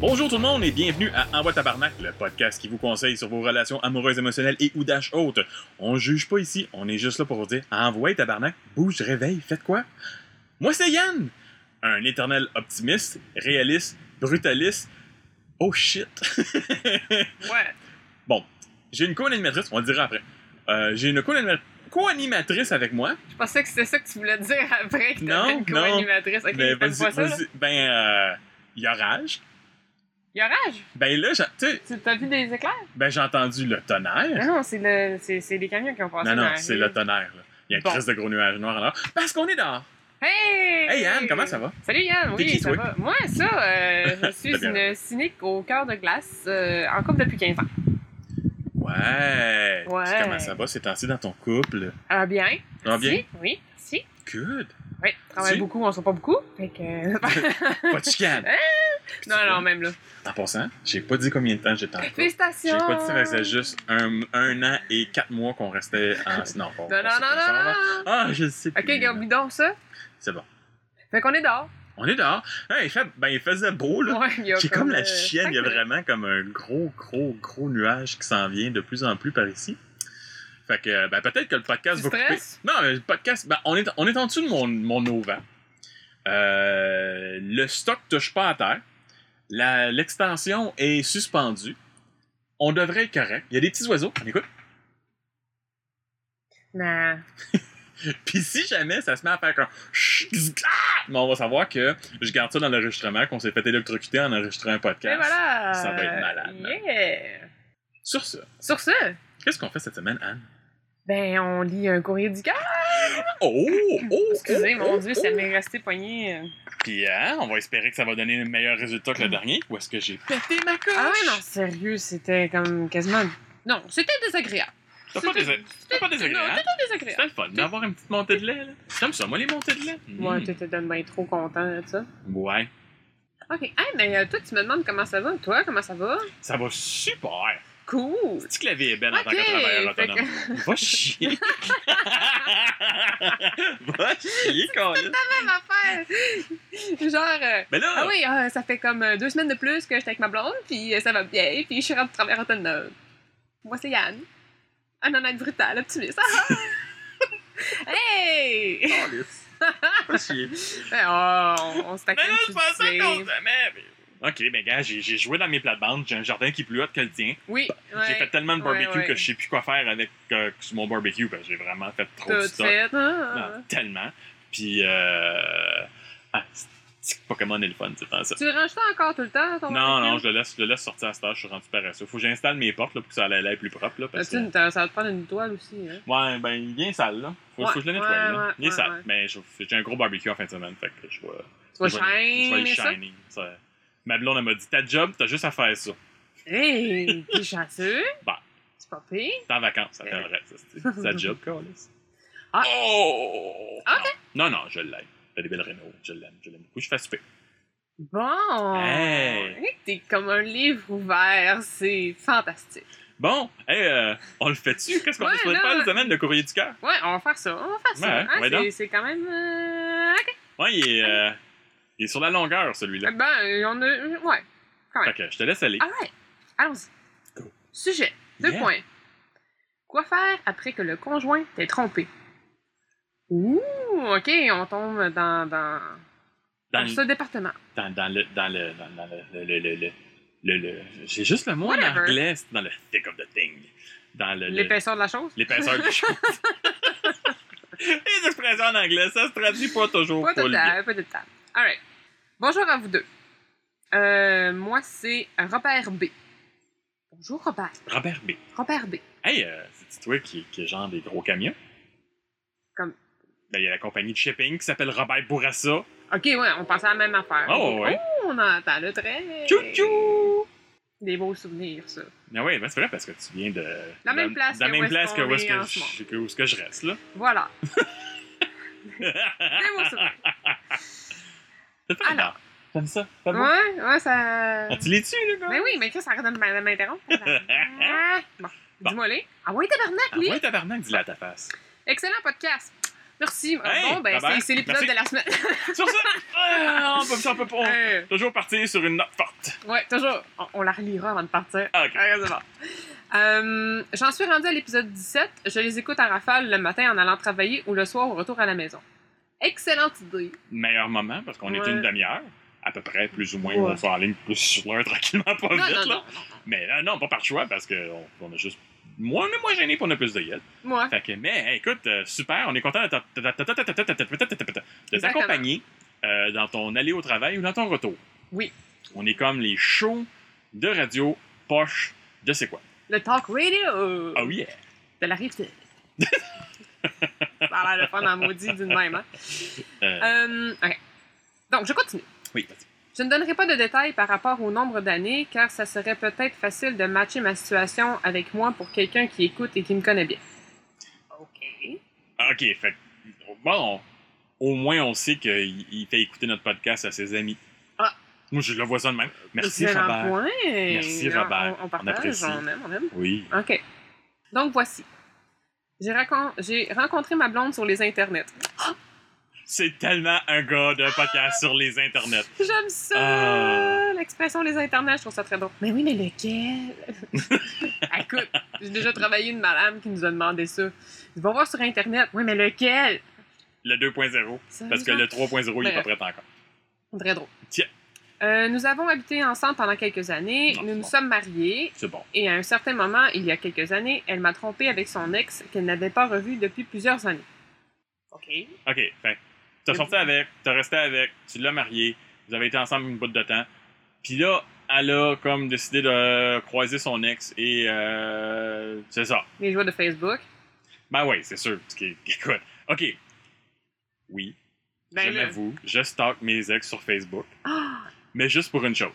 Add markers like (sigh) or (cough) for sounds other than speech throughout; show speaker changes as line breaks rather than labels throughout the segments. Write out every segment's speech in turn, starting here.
Bonjour tout le monde et bienvenue à Envoi Tabarnak, le podcast qui vous conseille sur vos relations amoureuses, émotionnelles et ou d'âge haute. On juge pas ici, on est juste là pour vous dire Envoie Tabarnak, bouge, réveille, faites quoi Moi c'est Yann, un éternel optimiste, réaliste, brutaliste. Oh shit
Ouais.
Bon, j'ai une co-animatrice, on le dira après. Euh, j'ai une co-anima- co-animatrice avec moi.
Je pensais que c'était ça que tu voulais dire après que
Non,
t'avais une
non.
co-animatrice. Ok,
ben,
t'aimes pas ça, là?
Ben, euh, il y a rage.
Il y a rage.
Ben là, j'a- tu sais,
Tu t'as vu des éclairs?
ben, j'ai entendu le tonnerre.
Non, c'est le, c'est, c'est les camions qui ont passé
Non,
dans
non,
la
c'est
rue.
le tonnerre. là. Il y a un
Bon.
crise de gros nuages noirs alors. Parce qu'on est dehors.
Hey!
Hey Anne, comment ça va?
Salut Yann,
T'es
oui,
qui,
ça
toi?
va. Moi, ça, euh,
(laughs)
je suis
T'as bien
une cynique au cœur de glace, euh, en couple depuis 15 ans.
Ouais.
Ouais.
Puis Comment ça va ces temps-ci dans ton couple?
Ah bien?
Ça va bien?
Si, oui, si.
Good.
Oui, on travaille
Si.
beaucoup, on se voit pas beaucoup. Fait que...
Pas de chicane.
(laughs) Hein?
Puis (laughs) tu
non, non,
vois,
même là.
En passant, j'ai pas dit combien de temps j'étais en couple. J'ai
Félicitations!
pas dit ça faisait juste un, un an et quatre mois qu'on restait
(laughs)
en. Non, pas.
Non, non, non, non, non!
Ah, je sais plus.
Ok, regarde, bidon, ça.
C'est bon.
Fait qu'on est dehors.
On est dehors. Hey, il, fait... ben, il faisait beau, là.
Ouais, il y a
J'ai comme la
euh,
chienne, il y a
cinq
vraiment comme un gros, gros, gros nuage qui s'en vient de plus en plus par ici. Fait que, ben, peut-être que le podcast
Tu
va couper.
stresses?
Non, mais le podcast, ben, on est, on est en dessous de mon, mon auvent. Euh, le stock touche pas à terre. La- L'extension est suspendue. On devrait être correct. Il y a des petits oiseaux. On écoute. (laughs)
Nah.
Puis si jamais ça se met à faire comme chut, gz, ah! mais on va savoir que je garde ça dans l'enregistrement, qu'on s'est fait électrocuter en enregistrant un
Et
podcast.
voilà!
Ça va être malade, hein.
Yeah!
Sur ce,
Sur ce,
qu'est-ce qu'on fait cette semaine, Anne?
ben, on lit un courrier du cœur.
Oh, oh,
(laughs) Excusez,
oh,
mon
oh,
Dieu,
oh.
ça m'est euh. resté poigné.
Puis, hein, on va espérer que ça va donner le meilleur résultat
Mm.
que le dernier. Ou est-ce que j'ai pété ma coche?
Ah ouais, non, sérieux, c'était comme quasiment. Non, c'était désagréable.
T'as pas
C'était-
désag- C'était pas
Non,
désagréable.
c'était
C'était
désagréable.
le fun d'avoir une petite montée de lait, là. J'aime ça, moi, les montées de lait. Mm.
Moi, tu t'étais bien trop content de ça.
Ouais.
Ok, hey, mais euh, toi, tu me demandes comment ça va. Toi, comment ça va?
Ça va super.
Cool!
Tu que la vie est belle en tant
Ok,
que travailleur
fait
autonome. Va
(laughs)
chier. va chier, Colin.
même affaire! (laughs) Genre, euh,
Mais là,
ah oui, ah, ça fait comme euh, deux semaines de plus que j'étais avec ma blonde, puis euh, ça va bien, puis je suis rentrée travers autonome. Moi, c'est Yann. Un honnête brutal, optimiste. (laughs) Ah! hey!
Colin. Va
(laughs)
chier.
Eh, oh, on, on se taquine,
Mais là, je
tu sais.
pensais qu'on s'aimait. mais- Ok, ben gars, j'ai j'ai joué dans mes plates-bandes. J'ai un jardin qui est plus haut que le tien.
Oui, ouais.
J'ai fait tellement de
Ouais,
barbecue
ouais.
que je sais plus quoi faire avec euh, sur mon barbecue parce que j'ai vraiment fait trop de
tout
stock.
fait.
Non,
Ah, ah.
tellement. Puis, euh... ah, c'est que Pokémon est le fun, c'est pas ça.
Tu le ranges ça encore tout le temps, ton
Non, non,
barbecue?
je le laisse, je le laisse sortir à cette heure, je suis rendu paresseux. Faut que j'installe mes portes là, pour que ça aille l'air plus propre. Là, parce
As-tu
que...
une- t'as- Ben, Ça va te prendre une toile aussi. Hein?
Ouais, ben, il vient sale, là. Faut, faut que je le
Ouais,
nettoie,
ouais,
là.
ouais,
il vient
ouais,
sale.
ouais.
Mais je- j'ai un gros barbecue en fin de semaine, fait que je vais.
Tu vas
je vais- je vais le
shiner ça.
shiner, ça. Ma blonde, elle m'a dit, ta job, t'as juste à faire ça.
Hey,
(laughs)
t'es chanceux.
Bah.
C'est pas pire.
T'es en vacances, ça t'aimerait, ça. c'est- C'est ta job, Carlis.
Euh. Ah.
Oh!
Ah,
Non, non, non, je l'aime. T'as des belles rénaux, je l'aime, je l'aime beaucoup. Je fais souper.
Bon!
Hey.
Hey, T'es comme un livre ouvert, c'est fantastique.
Bon, hey, euh, on le fait-tu? Qu'est-ce qu'on
Ouais,
se fait
là,
pas
ouais.
cette semaine, le courrier du cœur?
Ouais, on va faire ça, on va faire ça.
Ouais,
hein,
ouais,
c'est-
donc.
c'est quand même. euh, ok.
Ouais, il est, euh, il est sur la longueur, celui-là.
Ben, euh, on a. Ouais.
Fait que je te laisse aller.
Ah ouais! Allons-y.
Go.
Sujet. Deux
Yeah.
points. Quoi faire après que le conjoint t'ait trompé? Ouh, ok, on tombe dans, dans,
Dans,
dans ce département.
dans, dans le. Dans le. Dans, dans le. le, le, le, le, le, le- J'ai juste le mot en
Whatever.
anglais, c'est dans le thick of the thing. Dans le. le-
L'épaisseur de la chose?
L'épaisseur (laughs)
(laughs)
des choses. Les expressions en anglais, ça se traduit pas toujours
Pas
full
de table, pas de table. Alright. Bonjour à vous deux. Euh, moi, c'est Robert B. Bonjour Robert.
bien. Robert B.
Robert B.
Hey, euh, c'est toi qui, qui est genre des gros camions?
Comme-
Ben, il y a la compagnie de shipping qui s'appelle Robert Bourassa.
Ok, ouais, on pensait à la même affaire.
Oh, ouais.
Oh, on entend le trait.
Tchou-tchou!
Des beaux souvenirs, ça.
Ah oui, ben c'est vrai parce que tu viens de.
La même
de-
place
de la
que
même
où est-ce
place que
qu'on
où est-ce
est
que,
en ce
je- que- où est-ce que je reste, là. (laughs)
Voilà. beaux souvenirs.
C'est pas
Alors.
grave. J'aime ça. C'est bon.
Ouais, Ben ouais, ça.
Ah, tu l'es-tu, le gars?
Mais oui, mais Chris, arrête de m- de
(laughs)
m'interrompre. Ah, bon,
Bon.
dis-moi les. Ah ouais, tabarnak,
Ah
lui.
ouais, tabarnak, dis-la à ta face.
Excellent podcast. Merci. Ah,
Hey,
bon, ben,
Robert,
c'est- c'est l'épisode
merci.
de la semaine.
Sur ça, ah, on peut, ça, on peut pas. on-
Euh,
Toujours partir sur une note forte.
ouais, toujours. On, on la relira avant de partir.
Ah, ok.
Ah, c'est bon. Euh, J'en suis rendue à l'épisode 17. Je les écoute en rafale le matin en allant travailler ou le soir au retour à la maison. Excellente idée.
Meilleur moment, parce qu'on était
Ouais.
une demi-heure, à peu près, plus ou moins,
Ouais.
on fait en ligne plus sur l'heure (laughs) tranquillement, pas
non,
Oh, vite,
non,
là.
non,
Mais là, non, pas par choix, parce qu'on on a juste. Moi, on est moins gêné pour on a plus de gueule.
Moi,
Fait que, mais hey, écoute, euh, super, on est content de t'a- de t'a- de t'a- de t'a- de
Exactement.
t'accompagner euh, dans ton aller au travail ou dans ton retour.
Oui.
On est comme les shows de radio poche de c'est quoi.
le talk radio
Ah oui,
de la rive sud. Ça a l'air de fun en maudit d'une même. Hein?
euh,
Euh, ok. Donc, je continue.
oui, vas-y.
Je ne donnerai pas de détails par rapport au nombre d'années, car ça serait peut-être facile de matcher ma situation avec moi pour quelqu'un qui écoute et qui me connaît bien. OK.
Ah, OK, fait que, bon, au moins on sait qu'il il fait écouter notre podcast à ses amis.
Ah.
Moi, je le vois ça de même. Merci,
Excellent
Robert.
point.
Merci,
On-
Robert.
On,
On
partage,
apprécie.
on aime, on aime.
Oui.
OK. Donc, voici. J'ai racon- j'ai rencontré ma blonde sur les internets.
C'est tellement un gars de podcast sur les internets.
J'aime ça!
Ah.
L'expression les internets, je trouve ça très drôle. Mais oui, mais lequel? (laughs) Écoute, j'ai déjà travaillé une madame qui nous a demandé ça. Il va voir sur Internet. Oui, mais lequel?
Le 2.0. Parce que le 3.0, il est pas prêt encore.
Très drôle.
Tiens.
Euh, nous avons habité ensemble pendant quelques années.
Non,
nous nous
bon.
sommes mariés.
C'est bon.
Et à un certain moment, il y a quelques années, elle m'a trompée avec son ex qu'elle n'avait pas revu depuis plusieurs années. OK.
OK, fait. T'as sorti avec, t'as resté avec, tu l'as marié, vous avez été ensemble une bout de temps. Puis là, elle a comme décidé de croiser son ex et euh, c'est ça.
Les joies de Facebook.
Ben oui, c'est sûr. Parce que, (laughs) écoute, OK. Oui,
Ben
je
là.
l'avoue, je stocke mes ex sur Facebook,
(gasps) Ah!
mais juste pour une chose.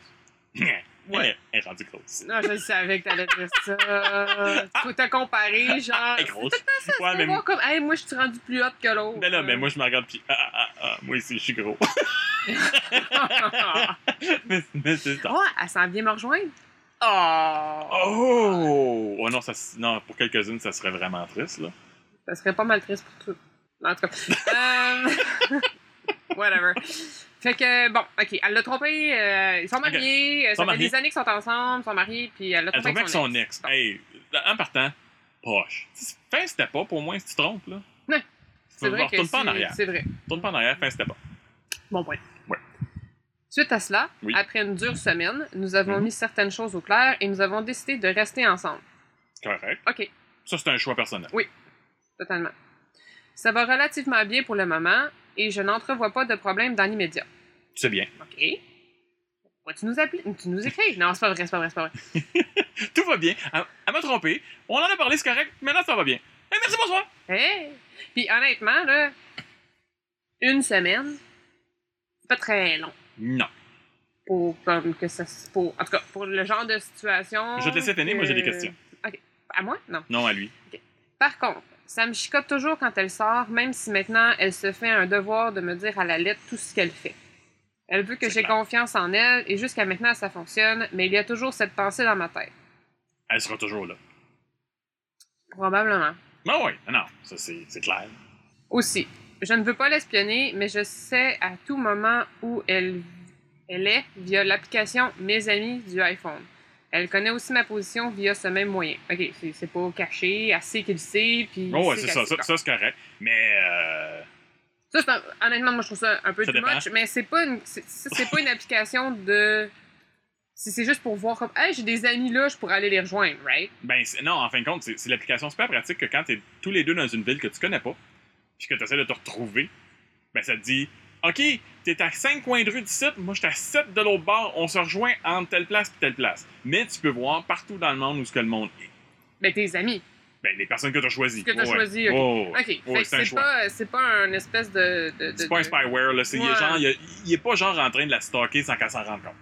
(laughs)
Ouais.
Elle est rendue grosse.
Non, je le savais que t'allais dire
(laughs) Ah!
ça. Faut te comparer, genre.
Elle est grosse.
Tu
Ouais,
peux
Ah, mais,
voir comme, hey, moi, je suis rendu plus haute que l'autre.
mais là, mais
(laughs)
moi, je me regarde, puis ah, ah, ah, moi aussi, je suis gros. (laughs) mais mais c'est ça.
oh, elle s'en vient me rejoindre. Oh.
Oh! Oh non, ça, s- non pour quelques-unes, ça serait vraiment triste, là.
Ça serait pas mal triste pour tout. En tout cas. euh, (laughs) Whatever. Fait que, bon, OK, elle l'a trompé, euh, ils sont
Ok.
mariés, euh,
sont
ça fait
mariés.
des années qu'ils sont ensemble, ils sont mariés, puis elle l'a
Elle trompait
trompé
avec son ex.
Bon.
Hey, en partant, poche. Fin, c'était pas, pour moi, si tu te trompes, là.
Ouais.
Tu
C'est
peux
vrai
voir,
que
Tourne pas en
c'est-
arrière.
C'est vrai.
Tourne pas en arrière, fin, c'était pas.
Bon point.
Ouais.
Suite à cela,
Oui.
après une dure semaine, nous avons
Mhm.
mis certaines choses au clair et nous avons décidé de rester ensemble.
Correct.
OK,
Ça, c'est un choix personnel.
Totalement. Ça va relativement bien pour le moment et je n'entrevois pas de problème dans l'immédiat.
C'est bien.
OK. Pourquoi tu nous appelles? Tu nous écris? Non, c'est pas vrai, c'est pas vrai, c'est pas vrai.
Tout va bien. Elle, elle m'a trompé. On en a parlé, c'est correct. Maintenant, ça va bien. Hey, merci, bonsoir.
Hey! Puis honnêtement, là, une semaine, c'est pas très long
Non.
pour comme que ça se- pour En tout cas, pour le genre de situation.
Je vais te laisser finir, moi, j'ai des
que-
questions.
OK. À moi? Non.
Non à lui.
Par contre, ça me chicote toujours quand elle sort, même si maintenant elle se fait un devoir de me dire à la lettre tout ce qu'elle fait. Elle veut que
C'est
j'ai
clair.
confiance en elle et jusqu'à maintenant ça fonctionne, mais il y a toujours cette pensée dans ma tête.
Elle sera toujours là.
Probablement.
Non, oui. Non, non. Ça, c'est c'est clair.
Aussi, je ne veux pas l'espionner, mais je sais à tout moment où elle, elle est via l'application Mes Amis du iPhone. Elle connaît aussi ma position via ce même moyen. Ok, c'est- c'est pas caché, elle sait qu'il sait, puis.
Oh, ouais,
elle sait
c'est
qu'elle
ça.
sait.
Ça, ça, c'est correct. Mais, euh,
Ça, c'est un- honnêtement, moi, je trouve ça un peu
Ça
too
dépend.
much, mais c'est pas une, c'est, ça, c'est pas une application de. Si c'est juste pour voir comme, hey, j'ai des amis là, je pourrais aller les rejoindre, right?
ben, c'est- non, en fin de compte, c'est c'est l'application super pratique que quand t'es tous les deux dans une ville que tu connais pas, puis que t'essaies de te retrouver, ben, ça te dit, OK, t'es à 5 coins de rue d'ici, moi, je suis à 7 de l'autre bord, on se rejoint entre telle place et telle place. Mais tu peux voir partout dans le monde où ce que le monde est.
Ben, tes amis.
Ben, les personnes que t'as choisies.
Ce que t'as
Ouais. Oh,
choisi, ok.
Ouais, ouais.
Ok, fait
Ouais,
que
c'est un
c'est,
choix.
pas, c'est pas un espèce de. de, de-
C'est pas un
de-
spyware, là. c'est- Il, est
Ouais.
genre, il, a- il est pas genre en train de la stocker sans qu'elle s'en rende compte.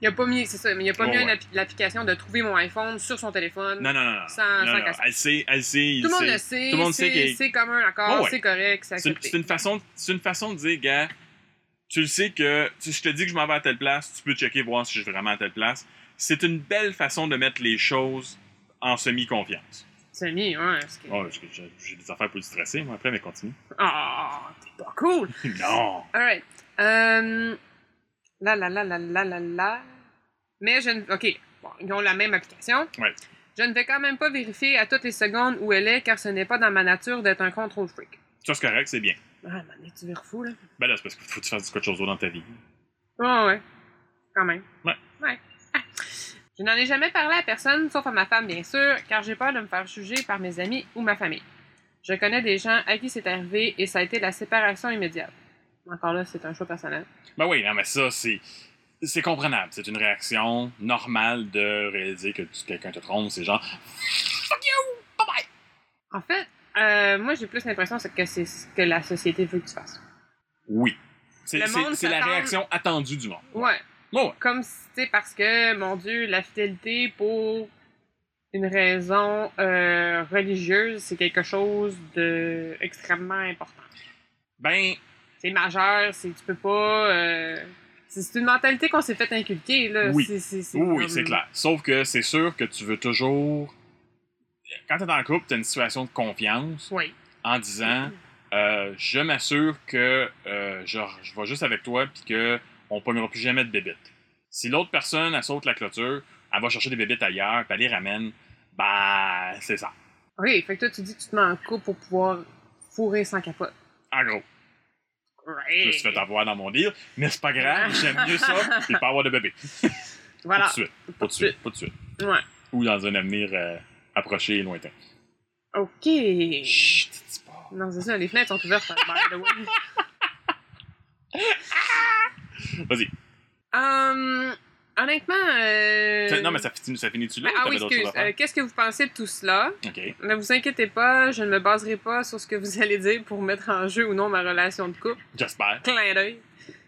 Il a pas mis, c'est ça, mais il a pas
Ouais,
mis une
ouais.
appli- l'application de trouver mon iPhone sur son téléphone.
Non, non, non. non.
Sans-
Non,
sans
non.
qu'elle-
Elle sait, elle sait, il
tout le monde
sait.
le sait,
Tout le monde sait
c'est,
qu'il-
c'est commun encore,
Ouais, ouais.
c'est correct, c'est
C'est une-
accepté.
c'est une façon, c'est une façon de dire, gars, tu le sais que si je te dis que je m'en vais à telle place, tu peux checker voir si je suis vraiment à telle place. C'est une belle façon de mettre les choses en semi-confiance.
Samy, ouais. parce que-
Oh, j'ai- j'ai j'ai des affaires pour le stresser, moi, après, mais continue. (laughs)
Ah, t'es pas cool!
non!
Alright. Euh, la la la la la la la. Mais je ne. OK. Bon, ils ont la même application.
Ouais.
Je ne vais quand même pas vérifier à toutes les secondes où elle est, car ce n'est pas dans ma nature d'être un contrôle freak.
Ça, c'est correct, c'est bien.
Ah, man, tu vires fou, là.
Ben là, c'est parce qu'il faut que tu fasses quelque chose d'autre dans ta vie.
Ouais, ouais. Quand même.
Ouais.
Ouais. Ah. Je n'en ai jamais parlé à personne, sauf à ma femme, bien sûr, car j'ai peur de me faire juger par mes amis ou ma famille. Je connais des gens à qui c'est arrivé et ça a été la séparation immédiate. Encore là, c'est un choix personnel.
Ben oui, non, mais ça, c'est. C'est comprenable. C'est une réaction normale de réaliser que tu- quelqu'un te trompe. C'est genre. Fuck you! Bye bye!
En fait, euh, moi, j'ai plus l'impression c'est que c'est ce que la société veut que tu fasses.
Oui. C'est
Le
c'est-
monde
c'est la
s'attend-
réaction attendue du monde.
Ouais.
Ouais, ouais.
Comme si, tu sais, parce que, mon Dieu, la fidélité pour une raison euh, religieuse, c'est quelque chose de extrêmement important.
Ben,
c'est majeur, c'est tu peux pas. euh, c'est c'est une mentalité qu'on s'est fait inculquer là.
Oui.
C'est- c'est- c'est
oui,
comme-
c'est clair. Sauf que c'est sûr que tu veux toujours. Quand t'es dans le couple, t'as une situation de confiance
Oui.
en disant euh, Je m'assure que euh, genre, je vais juste avec toi puis que on pognera plus jamais de bébites. Si l'autre personne, elle saute la clôture, elle va chercher des bébites ailleurs puis elle les ramène, ben, c'est ça.
Oui, fait que toi tu dis que tu te mets en couple pour pouvoir fourrer sans capote.
En gros, je me suis fait avoir dans mon livre, mais c'est pas grave, j'aime mieux ça puis pas avoir de bébé.
Voilà.
Pas de suite, pas de suite, pas de suite.
Ouais.
Ou dans un avenir euh, approché et lointain.
Ok.
Chut, dis pas.
Non, c'est ça, les fenêtres sont ouvertes, hein, by the way.
(laughs) Vas-y.
Hum, honnêtement. euh,
Ça- Non, mais ça, finit- ça finit-tu là? ou
mais- ah
t'avais
oui,
d'autres
excuse.
choses à faire?
euh, Qu'est-ce que vous pensez de tout cela?
OK.
Ne vous inquiétez pas, je ne me baserai pas sur ce que vous allez dire pour mettre en jeu ou non ma relation de couple.
J'espère.
clin d'œil.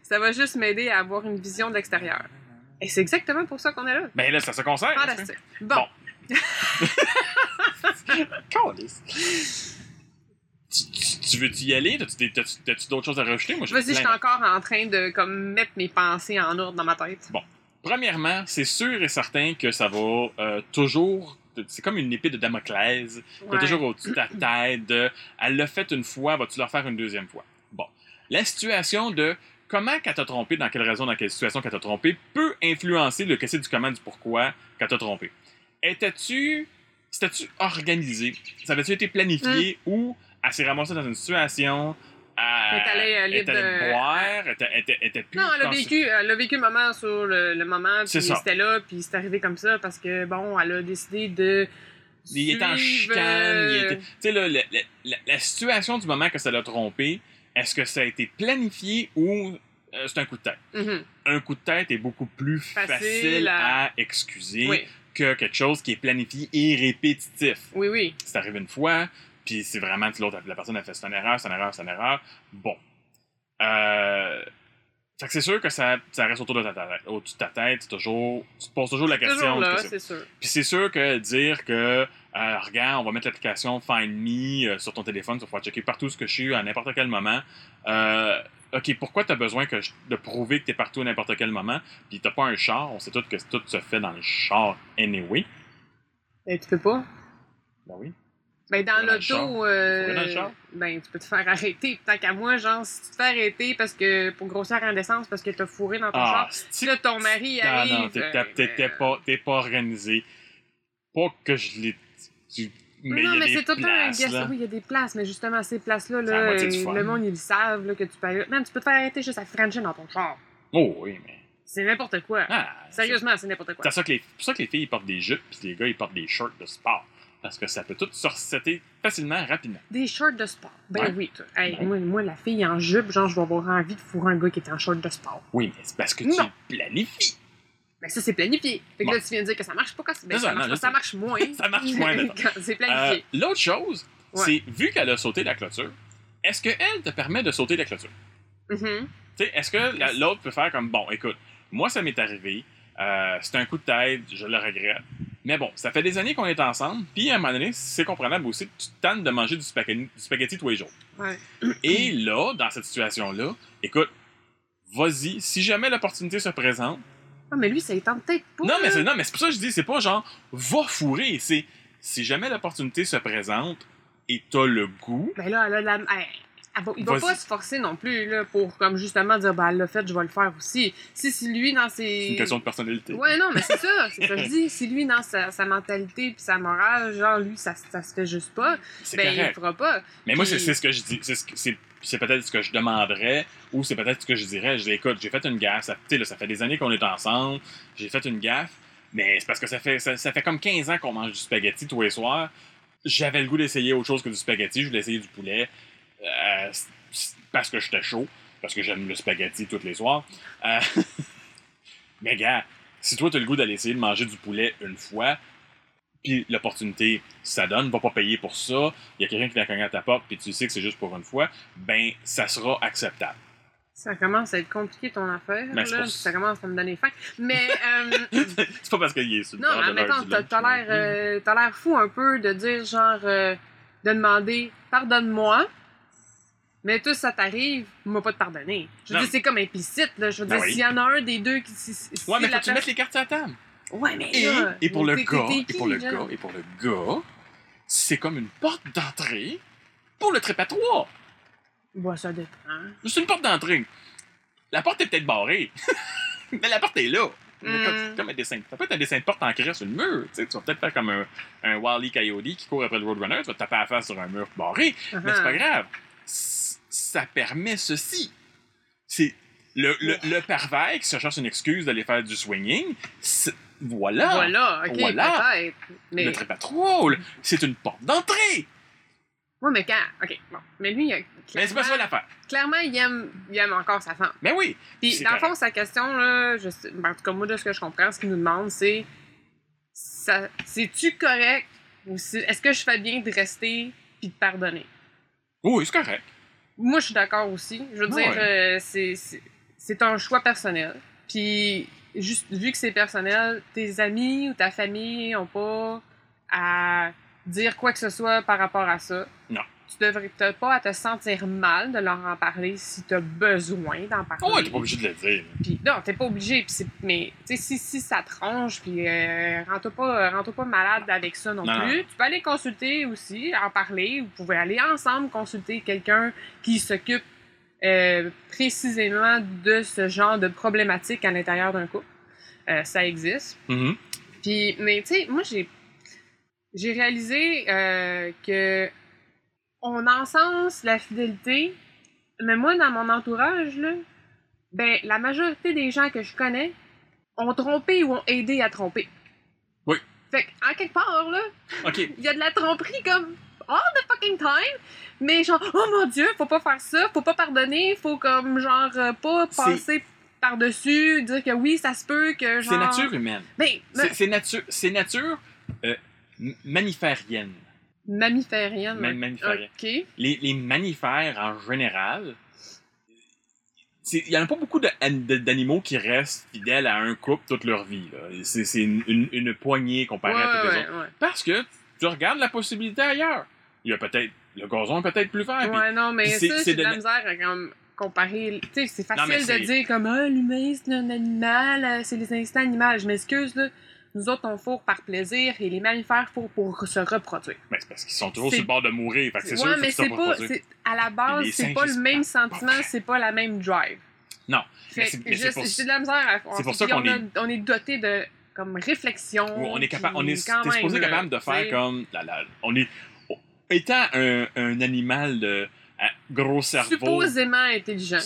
Ça va juste m'aider à avoir une vision de l'extérieur. Et c'est exactement pour ça qu'on est là.
Ben là, ça se concerne.
Fantastique. Bon,
Bon. Câlisse. Tu, tu- tu veux-tu y aller? T'as-tu des- t'as-tu t'as-tu d'autres choses à rajouter? Moi, j'ai
vas-y, je
plein
suis encore en train de comme mettre mes pensées en ordre dans ma tête.
Premièrement, c'est sûr et certain que ça va euh, toujours. C'est comme une épée de Damoclès. T'as
Ouais.
toujours au-dessus de
(clears throat)
ta tête de elle l'a fait une fois, vas-tu la faire une deuxième fois? Bon. La situation de comment qu'elle t'a trompé, dans quelle raison, dans quelle situation qu'elle t'a trompé, peut influencer le qu'est-ce du comment, du pourquoi qu'elle t'a trompé. Étais-tu. C'était-tu organisé? Ça avait-tu été planifié
Mm.
ou elle s'est ramassée dans une situation. Elle
est allée, euh,
elle est
libre
allée
de-
boire, elle était- elle était- elle était plus.
Non, elle a
dans-
vécu, elle a vécu le moment sur le, le moment, puis
C'est ça.
c'était là, puis c'est arrivé comme ça parce que bon, elle a décidé de.
Il était en
suivre,
chicane. il
euh,
était- Tu sais, là, la, la- la- la situation du moment que ça l'a trompé, est-ce que ça a été planifié ou euh, c'est un coup de tête?
mhm,
Un coup de tête est beaucoup plus facile,
Facile
à...
à-
excuser
Oui,
que quelque chose qui est planifié et répétitif.
oui, oui.
C'est arrivé une fois, puis c'est vraiment que l'autre, la personne a fait c'est une erreur, c'est une erreur, c'est une erreur. Bon. Euh... Fait que c'est sûr que ça, ça reste autour de ta tête. Au-dessus de ta tête, c'est toujours, tu te poses toujours la question.
Toujours là,
qu'est-ce que-
c'est sûr.
puis c'est sûr que dire que, euh, regarde, on va mettre l'application Find Me euh, sur ton téléphone, ça va checker partout ce que je suis à n'importe quel moment. Euh, OK, pourquoi tu as besoin que je- de prouver que tu es partout à n'importe quel moment? Puis t'as pas un char, on sait tous que tout se fait dans le char anyway.
Ben, tu peux pas.
Ben oui.
Ben, dans
Faut aller dans le char.
l'auto,
Faut aller dans le
euh,
char.
ben, tu peux te faire arrêter. Tant qu'à moi, genre, si tu te fais arrêter parce que, pour grossière indécence parce que t'as fourré dans ton
Ah,
char, si
c'est
là, ton mari
Ah
arrive...
non, t'es-
euh,
t'es- t'es t'es
ben,
pas, t'es pas organisé. Pas que je l'ai. tu- il y
non,
a
mais
des
c'est tout le temps un
places,
guest.
là.
Oui, il y a des places, mais justement, ces places-là,
C'est la
là,
moitié du
euh,
fun.
le monde, ils le savent là, que tu peux aller. Man, tu peux te faire arrêter juste à Frencher dans ton char.
Oh oui, mais.
C'est n'importe quoi.
Ah,
Sérieusement, c'est n'importe quoi.
C'est ça que les- pour ça que les filles ils portent des jupes puis les gars ils portent des shorts de sport. Parce que ça peut tout sorcetter facilement, rapidement.
Des shorts de sport. Ben
Ouais.
oui, toi. Hey,
Ouais.
moi, moi, la fille en jupe, genre, je vais avoir envie de fourrer un gars qui est en short de sport.
Oui, mais c'est parce que
Non.
tu planifies.
Ben ça, c'est planifié. Fait que
Bon.
là, tu viens de dire que ça marche pas quand c'est- ben,
C'est ça,
ça, marche
non,
pas, ça
je
marche moins.
(laughs) Ça marche
(laughs)
moins, mettons.
quand c'est
Euh,
planifié.
L'autre chose,
Ouais.
c'est vu qu'elle a sauté la clôture, est-ce qu'elle te permet de sauter la clôture? Euh,
Mhm.
Tu sais, est-ce que la- l'autre peut faire comme bon, écoute, moi ça m'est arrivé, euh, c'est un coup de tête, je le regrette. Mais bon, ça fait des années qu'on est ensemble, puis à un moment donné, c'est comprenable aussi, tu te tannes de manger du spaghetti, du spaghetti tous les jours.
Ouais.
(clears throat) Et là, dans cette situation-là, écoute, vas-y, si jamais l'opportunité se présente.
Ah, mais lui, ça il tente peut-être pas.
Non, mais
là.
c'est non, mais c'est pour ça que je dis, c'est pas genre va fourrer, c'est si jamais l'opportunité se présente et t'as le goût,
Ben là, elle a la- elle- elle va- il va
Vas-y.
pas se forcer non plus là, pour comme justement dire ben elle l'a fait, je vais le faire aussi. Si c'est lui dans ses.
c'est une question de personnalité.
Ouais, non, mais c'est ça, c'est ça que je dis. Si lui dans sa, sa mentalité puis sa morale, genre lui, ça, ça se fait juste pas,
c'est
ben il le
correct.
fera pas.
Mais moi, c'est
puis-
c'est ce que je dis. C'est ce que- c'est- c'est peut-être ce que je demanderais ou c'est peut-être ce que je dirais. Je dis, écoute, j'ai fait une gaffe. Ça, tu sais, là, ça fait des années qu'on est ensemble. J'ai fait une gaffe. Mais c'est parce que ça fait, ça, ça fait comme 15 ans qu'on mange du spaghetti tous les soirs. J'avais le goût d'essayer autre chose que du spaghetti. Je voulais essayer du poulet euh, c'est- c'est parce que j'étais chaud. Parce que j'aime le spaghetti tous les soirs. Euh, (laughs) mais gars, si toi, tu as le goût d'aller essayer de manger du poulet une fois, puis l'opportunité, ça donne, va pas payer pour ça, il y a quelqu'un qui vient cogner à ta porte, puis tu sais que c'est juste pour une fois, ben, ça sera acceptable.
Ça commence à être compliqué ton affaire,
Ben, c'est
là,
pour
puis
ça.
ça commence à me donner faim. Mais euh,
c'est pas parce qu'il est sur le
non,
bord
mais
de l'heure
mettons,
du
t'as
lunch,
t'as
là.
l'air euh, t'as l'air fou un peu de dire genre euh, de demander pardonne-moi. Mais tout ça t'arrive, moi pas te pardonner. Je veux
Non.
dire, c'est comme implicite, là. Je veux
Ben
dire,
oui.
s'il y en a un des deux qui. Si, si
Ouais, mais faut
la
que tu
per-
mettes les cartes sur la table.
Ouais, mais
Et,
là,
et pour le
t'es- t'es-
gars,
t'es
et
qui,
pour le
genre?
gars, et pour le gars, c'est comme une porte d'entrée pour le trip à trois.
Ouais, ça dépend.
C'est une porte d'entrée. La porte est peut-être barrée, (laughs) mais la porte est là.
Mm.
Comme, comme un dessin. Ça peut être un dessin de porte ancré sur le mur. Tu, sais, tu vas peut-être faire comme un, un Wally Coyote qui court après le Roadrunner, tu vas te taper la face sur un mur barré. Mais
Uh-huh.
c'est pas
Ah.
grave. S- Ça permet ceci. C'est le, le, le pervers qui se cherche une excuse d'aller faire du swinging. c'est- Voilà.
Voilà, ok,
Voilà.
peut-être. Mais...
Le trip à trois, le- c'est une porte d'entrée.
Ouais, mais quand? Ok, bon. Mais lui, il a...
Mais Ben, c'est pas ça l'affaire.
clairement, il aime, il aime encore sa femme.
Mais oui.
Puis,
C'est
dans le fond, sa question, là, je sais- ben, en tout cas, moi, de ce que je comprends, ce qu'il nous demande, c'est ça- c'est-tu correct ou si- est-ce que je fais bien de rester puis de pardonner?
Oui, c'est correct.
Moi, je suis d'accord aussi. Je veux
Ah Ouais.
dire, euh, c'est- c'est c'est un choix personnel. Puis, juste vu que c'est personnel, tes amis ou ta famille n'ont pas à dire quoi que ce soit par rapport à ça.
Non.
Tu devrais t'as pas à te sentir mal de leur en parler si tu as besoin d'en parler.
Ah Ouais, t'es pas obligé de le dire.
Puis non, t'es pas obligé. Puis c'est- mais tu sais, si, si ça te ronge, puis euh, rends-toi pas, rends-toi pas malade avec ça non,
Non,
plus. Tu peux aller consulter aussi, en parler. Vous pouvez aller ensemble consulter quelqu'un qui s'occupe euh, précisément de ce genre de problématique à l'intérieur d'un couple. Euh, ça existe.
Mhm.
Puis, mais tu sais, moi, j'ai, j'ai réalisé euh, que on encense la fidélité, mais moi, dans mon entourage, là, ben, la majorité des gens que je connais ont trompé ou ont aidé à tromper.
Oui.
Fait qu'en quelque part, là,
OK.
il y a de la tromperie comme all the fucking time, mais genre, oh mon Dieu, faut pas faire ça, faut pas pardonner, faut comme, genre, euh, pas
C'est-
passer par-dessus, dire que oui, ça se peut, que genre...
C'est nature humaine.
Ben,
C'est- C'est nature, c'est nature euh, m- mammiférienne.
Mammiférienne.
Ma- mammiférienne.
OK.
Les, les mammifères en général, c'est- il n'y en a pas beaucoup de- de- d'animaux qui restent fidèles à un couple toute leur vie. là. C'est c'est une, une- une poignée comparée
ouais,
à toutes les
ouais,
autres.
ouais.
Parce que tu regardes la possibilité ailleurs. Il y a peut-être le gazon est peut-être plus vert. puis-
Ouais, non, mais
puis c'est-
ça,
c'est
j'ai de la
de-
misère à comme, comparer. Tu sais, c'est
Non, mais
facile
c'est-
de dire comme ah, l'humain, c'est un animal, euh, c'est les instincts animaux. Je m'excuse, là. Nous autres, on fourre par plaisir et les mammifères fourrent pour se reproduire.
Ben, c'est parce qu'ils sont toujours
C'est-
sur le bord de mourir. Fait que c'est sûr
ouais,
qu'ils
mais
sont
c'est
pas
pas.
reproduits.
c'est- À la base,
les
c'est
singes,
pas le
c'est
même
pas-
sentiment, c'est pas la même drive.
Non, mais
Fait
c'est-
que
mais c'est
juste-
pour-
j'ai de la misère à
c'est pour ça
puis
qu'on
on a- On est doté de comme réflexion.
Où on est capable, on est,
puis quand
t'es supposé
même,
capable de
là,
faire
tu sais.
comme, la- la- on est, oh, étant un, un animal de, à gros cerveau,
Supposément intelligent.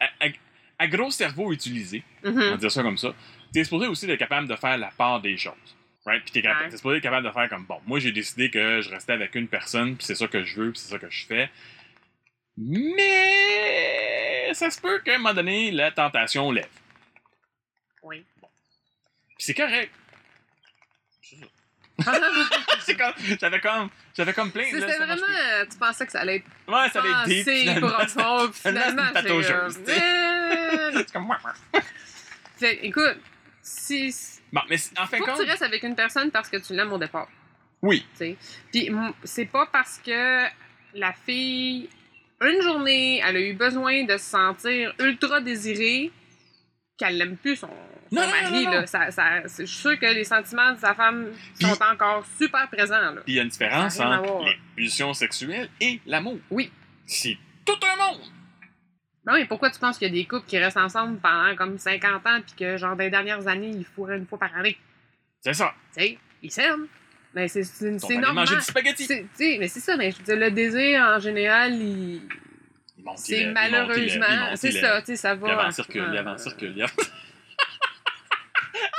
à, à- à gros cerveau utilisé, on va
Mhm.
dire ça comme ça, t'es supposé aussi être capable de faire la part des choses, right? Puis t'es, capa-
Ouais.
t'es supposé être capable de faire comme, bon, moi j'ai décidé que je restais avec une personne, puis c'est ça que je veux, puis c'est ça que je fais, mais ça se peut qu'à un moment donné, la tentation lève. (laughs)
Oui.
Puis c'est correct. (laughs) C'est ça. C'est comme- j'avais comme, j'avais comme plein. là,
C'était
ça marche
vraiment. euh, Tu pensais que ça allait être
plus. Ouais, ça avait été.
pensé
finalement.
profond,
Finalement,
puis
c'est une
finalement,
pataugeuse,
c'est,
tu sais.
euh, euh,
(laughs) C'est comme, ouais, ouais.
Fait que, écoute, si.
Bon, mais c'est- en fin de
Faut que
compte,
tu restes avec une personne parce que tu l'aimes au départ.
oui.
Puis m- c'est pas parce que la fille, une journée, elle a eu besoin de se sentir ultra désirée qu'elle l'aime plus, son,
Non,
son
non,
mari.
non, non,
là.
non.
Ça- ça- c'est- je suis sûre que les sentiments de sa femme
Puis-
sont encore super présents. Là.
Puis il y a une différence
Ça a rien à
entre
voir.
les pulsions sexuelles et l'amour.
Oui.
C'est tout un monde.
Non, mais Ben pourquoi tu penses qu'il y a des couples qui restent ensemble pendant comme 50 ans puis que, genre, dans les dernières années, ils fourraient une fois par année?
C'est ça.
Tu sais, ils s'aiment. Mais c'est- c'est
Ils sont
c'est
allés
normal.
manger du spaghetti.
C'est- tu sais, mais c'est ça, mais je veux dire, le désir en général, il-
Ils montent les
c'est
lèvres, ils montent les lèvres, ils
malheureusement.
montent
C'est
les
ça,
lèvres.
tu sais, ça va.
Puis avant de circuler,
euh,
avant de circuler.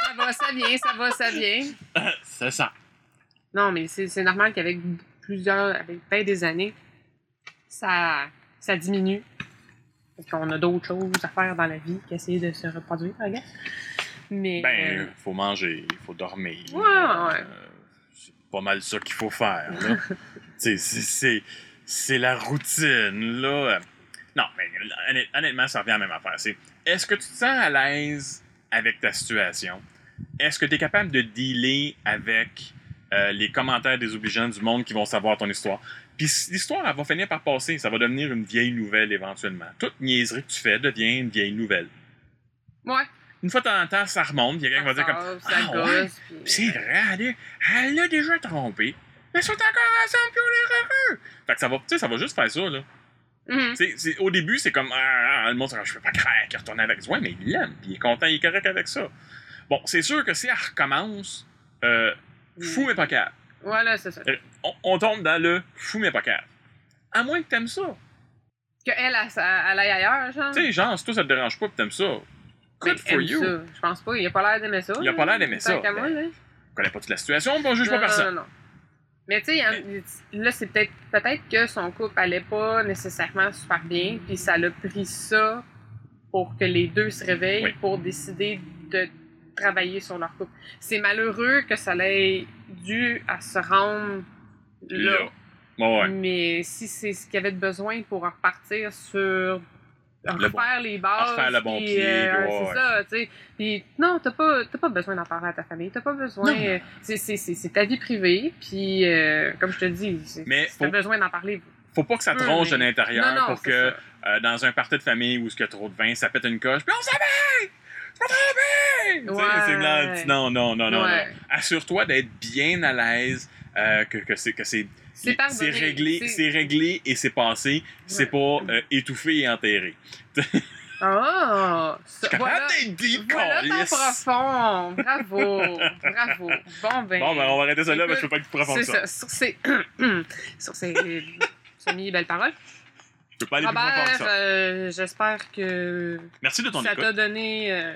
Ça va, ça vient, ça va, ça vient.
(laughs) C'est ça.
Non, mais c'est c'est normal qu'avec plusieurs, avec bien des années, ça, ça diminue. Parce qu'on a d'autres choses à faire dans la vie qu'essayer de se reproduire, I guess. Mais. euh,
Ben, il faut manger, il faut dormir. Euh,
Ouais, ouais.
c'est pas mal ça qu'il faut faire.
(laughs)
là. Tu sais, c'est- c'est- c'est la routine, là. Non, mais honnêt- honnêtement, ça revient à la même affaire. C'est est-ce que tu te sens à l'aise avec ta situation? Est-ce que tu es capable de dealer avec euh, les commentaires désobligeants du monde qui vont savoir ton histoire? Puis c- l'histoire, elle va finir par passer. Ça va devenir une vieille nouvelle éventuellement. Toute niaiserie que tu fais devient une vieille nouvelle.
euh, ouais.
Une fois de temps en temps, ça remonte. Il y a quelqu'un qui va dire comme
Ça sort, ça
Ah ouais?
gosse, puis-
c'est vrai, elle a, elle a déjà trompé. Mais ils sont encore ensemble, puis on est heureux. Fait que ça va, tu sais, ça va juste faire ça, là.
Mhm.
Tu sais, c'est- au début, c'est comme, ah, ah, le monde, c'est comme, je peux pas craindre qu'il retourne avec. Ouais, mais il l'aime, puis il est content, il est correct avec ça. Bon, c'est sûr que si elle recommence, euh, fou mais pas calme.
Voilà, c'est ça.
Euh, On, on tombe dans le fou mais pas calme. À moins que t'aimes ça.
Qu'elle, elle, elle aille ailleurs, genre.
Tu sais, genre, si toi ça te dérange pas, puis t'aimes ça,
Ben,
good for
aime
you.
ça. Je pense pas. Il a pas l'air d'aimer ça.
Il a pas l'air d'aimer
tant
ça,
qu'à moi,
ben,
là.
Je connais pas toute la situation, bon, on juge
Non,
pas personne.
Non, non, non. Mais tu sais, il y en- là, c'est peut-être peut-être que son couple allait pas nécessairement super bien, puis ça l'a pris ça pour que les deux se réveillent
Oui.
pour décider de travailler sur leur couple. C'est malheureux que ça l'ait dû à se rendre là.
Là. Ouais, ouais.
Mais si c'est ce qu'il y avait de besoin pour repartir sur
Le bon-
refaire les bases,
refaire le bon
puis,
pied,
euh,
puis ouais,
c'est
ouais.
ça, tu sais. Puis non, t'as pas, t'as pas besoin d'en parler à ta famille, t'as pas besoin.
Non.
euh, c'est- C'est c'est- c'est ta vie privée, puis euh, comme je te dis, c'est-
Mais
si t'as
faut-
besoin d'en parler.
Faut pas que ça
peu,
tronche de
mais-
l'intérieur
Hmm. non, non,
pour
c'est
que.
ça.
Euh, dans un party de famille où ce qu'il y a trop de vin, ça pète une coche, puis on s'appelle! Je pas trompé! Tu sais,
Ouais.
c'est là, tu- Non, non, non, non.
Ouais.
non. Assure-toi d'être bien à l'aise, euh, que, que c'est que c'est
C'est pardonné,
réglé,
c'est-
c'est réglé et c'est passé, c'est pas euh, étouffé et enterré.
Ah! ça-
Comment
voilà,
t'es dit,
voilà ton
câlisse?
profond! Bravo! bravo! Bon, ben.
Bon, ben on va arrêter ça là,
Écoute,
mais je peux pas être plus profond que
C'est
ça.
ça. Sur ces. (clears throat) sur ces. sur mes belles paroles.
Je peux pas aller plus profond que
Robert,
ça.
euh, j'espère que
Merci de ton
ça
écoute.
t'a donné euh,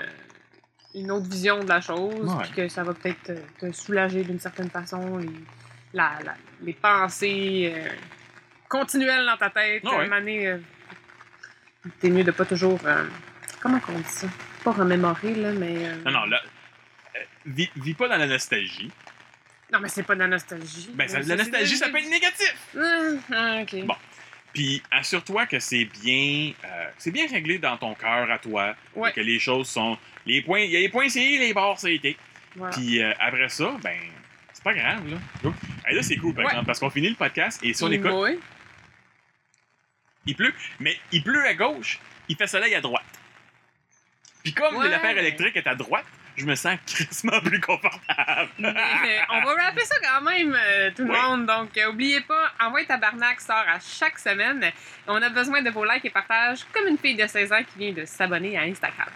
une autre vision de la chose,
Ouais.
puis que ça va peut-être te, te soulager d'une certaine façon les, la- la- les pensées euh, continuelles dans ta tête.
Ah ouais.
Euh, mané, euh, T'es mieux de pas toujours. euh, comment qu'on dit ça? Pas remémorer, là, mais. euh,
Non, non, là. euh, Vis, vis pas dans la nostalgie.
non, mais c'est pas de la nostalgie.
Ben, ça-
Euh,
la
c'est-
nostalgie, ça peut être négatif.
Ah, ah, ok.
Bon. Puis assure-toi que c'est bien, euh, c'est bien réglé dans ton cœur à toi,
Ouais.
et que les choses sont, les points, il y a les points c'est les bords c'est été.
Voilà.
Puis euh, après ça, ben c'est pas grave là. Donc, hey, là c'est cool par
Ouais. Mmh.
exemple parce qu'on finit le podcast et si on
Il
écoute,
mouille.
il pleut, mais il pleut à gauche, il fait soleil à droite. Puis comme
Ouais.
l'affaire électrique est à droite, je me sens crissement plus confortable.
Mais, euh, on va rappeler ça quand même, euh, tout le
Oui.
monde. Donc, euh, oubliez pas, Envoie Tabarnak sort à chaque semaine. On a besoin de vos likes et partages, comme une fille de 16 ans qui vient de s'abonner à Instagram.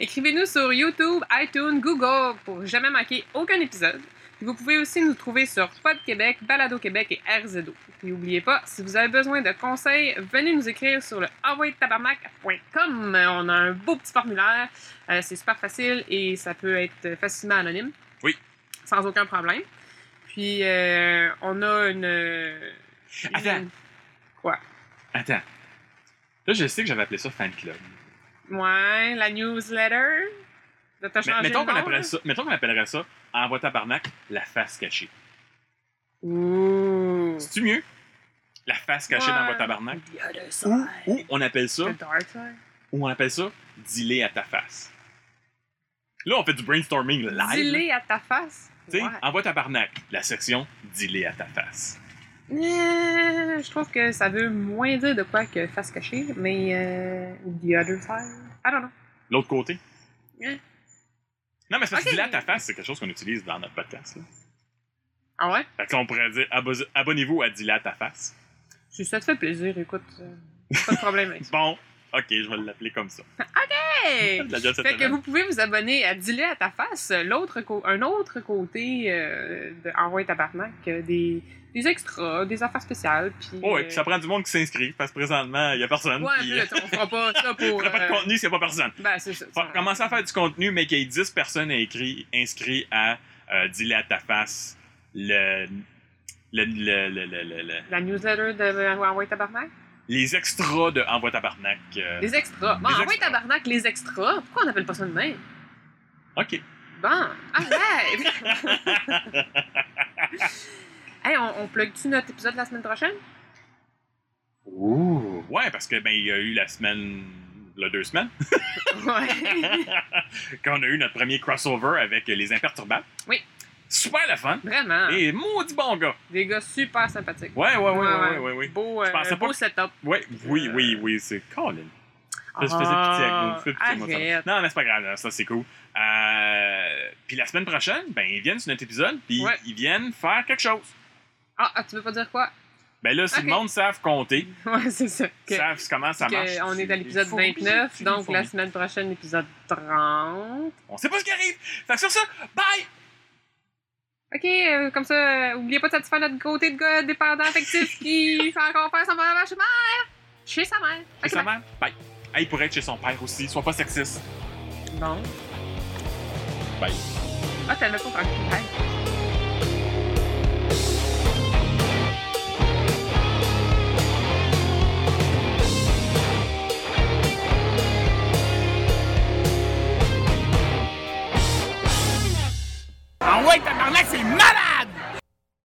Écrivez-nous sur YouTube, iTunes, Google pour jamais manquer aucun épisode. Puis Vous pouvez aussi nous trouver sur Pod Québec, Balado Québec et RZO. Puis n'oubliez pas, si vous avez besoin de conseils, venez nous écrire sur le envoyetabarnak.com. On a un beau petit formulaire. Euh, c'est super facile et ça peut être facilement anonyme.
Oui.
Sans aucun problème. Puis, euh, on a une... une-
Attends. Attends, là je sais que j'avais appelé ça fan club.
Ouais, la newsletter. Ça t'a
Mais-
changé
mettons
le
qu'on
nom,
appellerait
là?
ça, mettons qu'on appellerait ça, envoie tabarnak, la face cachée.
Ouh.
C'est-tu mieux? La face cachée
Ouais.
dans votre tabarnak?
The other
Ou,
side.
ou on appelle ça,
The dark side.
ou on appelle ça, dealer à ta face. Là, on fait du brainstorming live.
Dis-les à ta face.
Tu sais,
Ouais.
envoie tabarnak, la section dealer à ta face.
Euh, je trouve que ça veut moins dire de quoi que face cachée, mais euh, the other side. I don't know.
L'autre côté.
Hein?
Non, mais c'est parce que
Ok.
dis-le à ta face, c'est quelque chose qu'on utilise dans notre podcast. Là.
Ah ouais?
Fait que là, on pourrait dire abo- abonnez-vous à dis-le à ta face.
Si ça te fait plaisir, écoute, euh, pas de problème avec ça.
Bon, ok, je vais l'appeler comme ça.
Hey!
(laughs) La job cette
Fait que
semaine.
vous pouvez vous abonner à Dis-le à ta face, l'autre co- un autre côté euh, de Envoyer Tabarnak, euh, des, des extras, des affaires spéciales, puis...
Oh, ouais,
euh,
puis ça prend du monde qui s'inscrit parce que présentement, il n'y a personne.
Ouais,
puis,
puis là, on fera pas ça
on (laughs)
pour...
ferait pas de
euh,
contenu s'il n'y a pas personne.
Ben, c'est ça.
Faut commencer à faire du contenu, mais qu'il y ait 10 personnes inscrites inscrites à euh, Dis-le à ta face le. le- le- le- le- le- le-
La newsletter de euh, Envoyer Tabarnak?
les extras de Envoie Tabarnak. euh,
Les extras. Bon,
Les
Envoyer
extras.
Tabarnak, les extras. Pourquoi on appelle pas ça de même?
Ok.
Bon,
(laughs)
arrête! hey, on, on plug-tu notre épisode la semaine prochaine?
Ouh. Ouais, parce que ben il y a eu la semaine, la deux (laughs) semaines,
Ouais.
quand on a eu notre premier crossover avec euh, les Imperturbables.
Oui.
Super la fun.
(laughs) Vraiment.
Et maudit bon gars.
Des gars super sympathiques.
Ouais, Ah. ouais, ouais, ouais, ouais, ouais. ouais.
Beau,
Je
euh,
pensais pas
beau
que-
setup.
Ouais, oui, oui, oui, c'est Colin. Ça, je faisais pitié avec mon- je faisais pitié avec mon
Ah, arrête.
Non, mais c'est pas grave, là, ça c'est cool. Euh, puis la semaine prochaine, ben ils viennent sur notre épisode, puis
Ouais.
ils viennent faire quelque chose.
Ah, ah, tu veux pas dire quoi? (laughs)
Ben là, si
Ok.
le monde savent compter,
Ouais, c'est ça. Que-
savent comment ça
que
marche.
on est
c'est
à l'épisode
des fourmis,
29,
c'est des
donc la
fourmis.
semaine prochaine, épisode 30.
On sait pas ce qui arrive. Fait que sur ça, bye!
Ok, euh, comme ça, euh, oubliez pas de satisfaire notre côté de gars dépendant
(laughs)
affectif qui fait encore faire son bonhomme à chez mère. Chez sa mère.
Et
Ok,
sa mère? Bye. Ah, il pourrait être chez son père aussi. Sois pas sexiste.
bye. Bon.
Bye.
Ah, t'avais pas encore. Bye.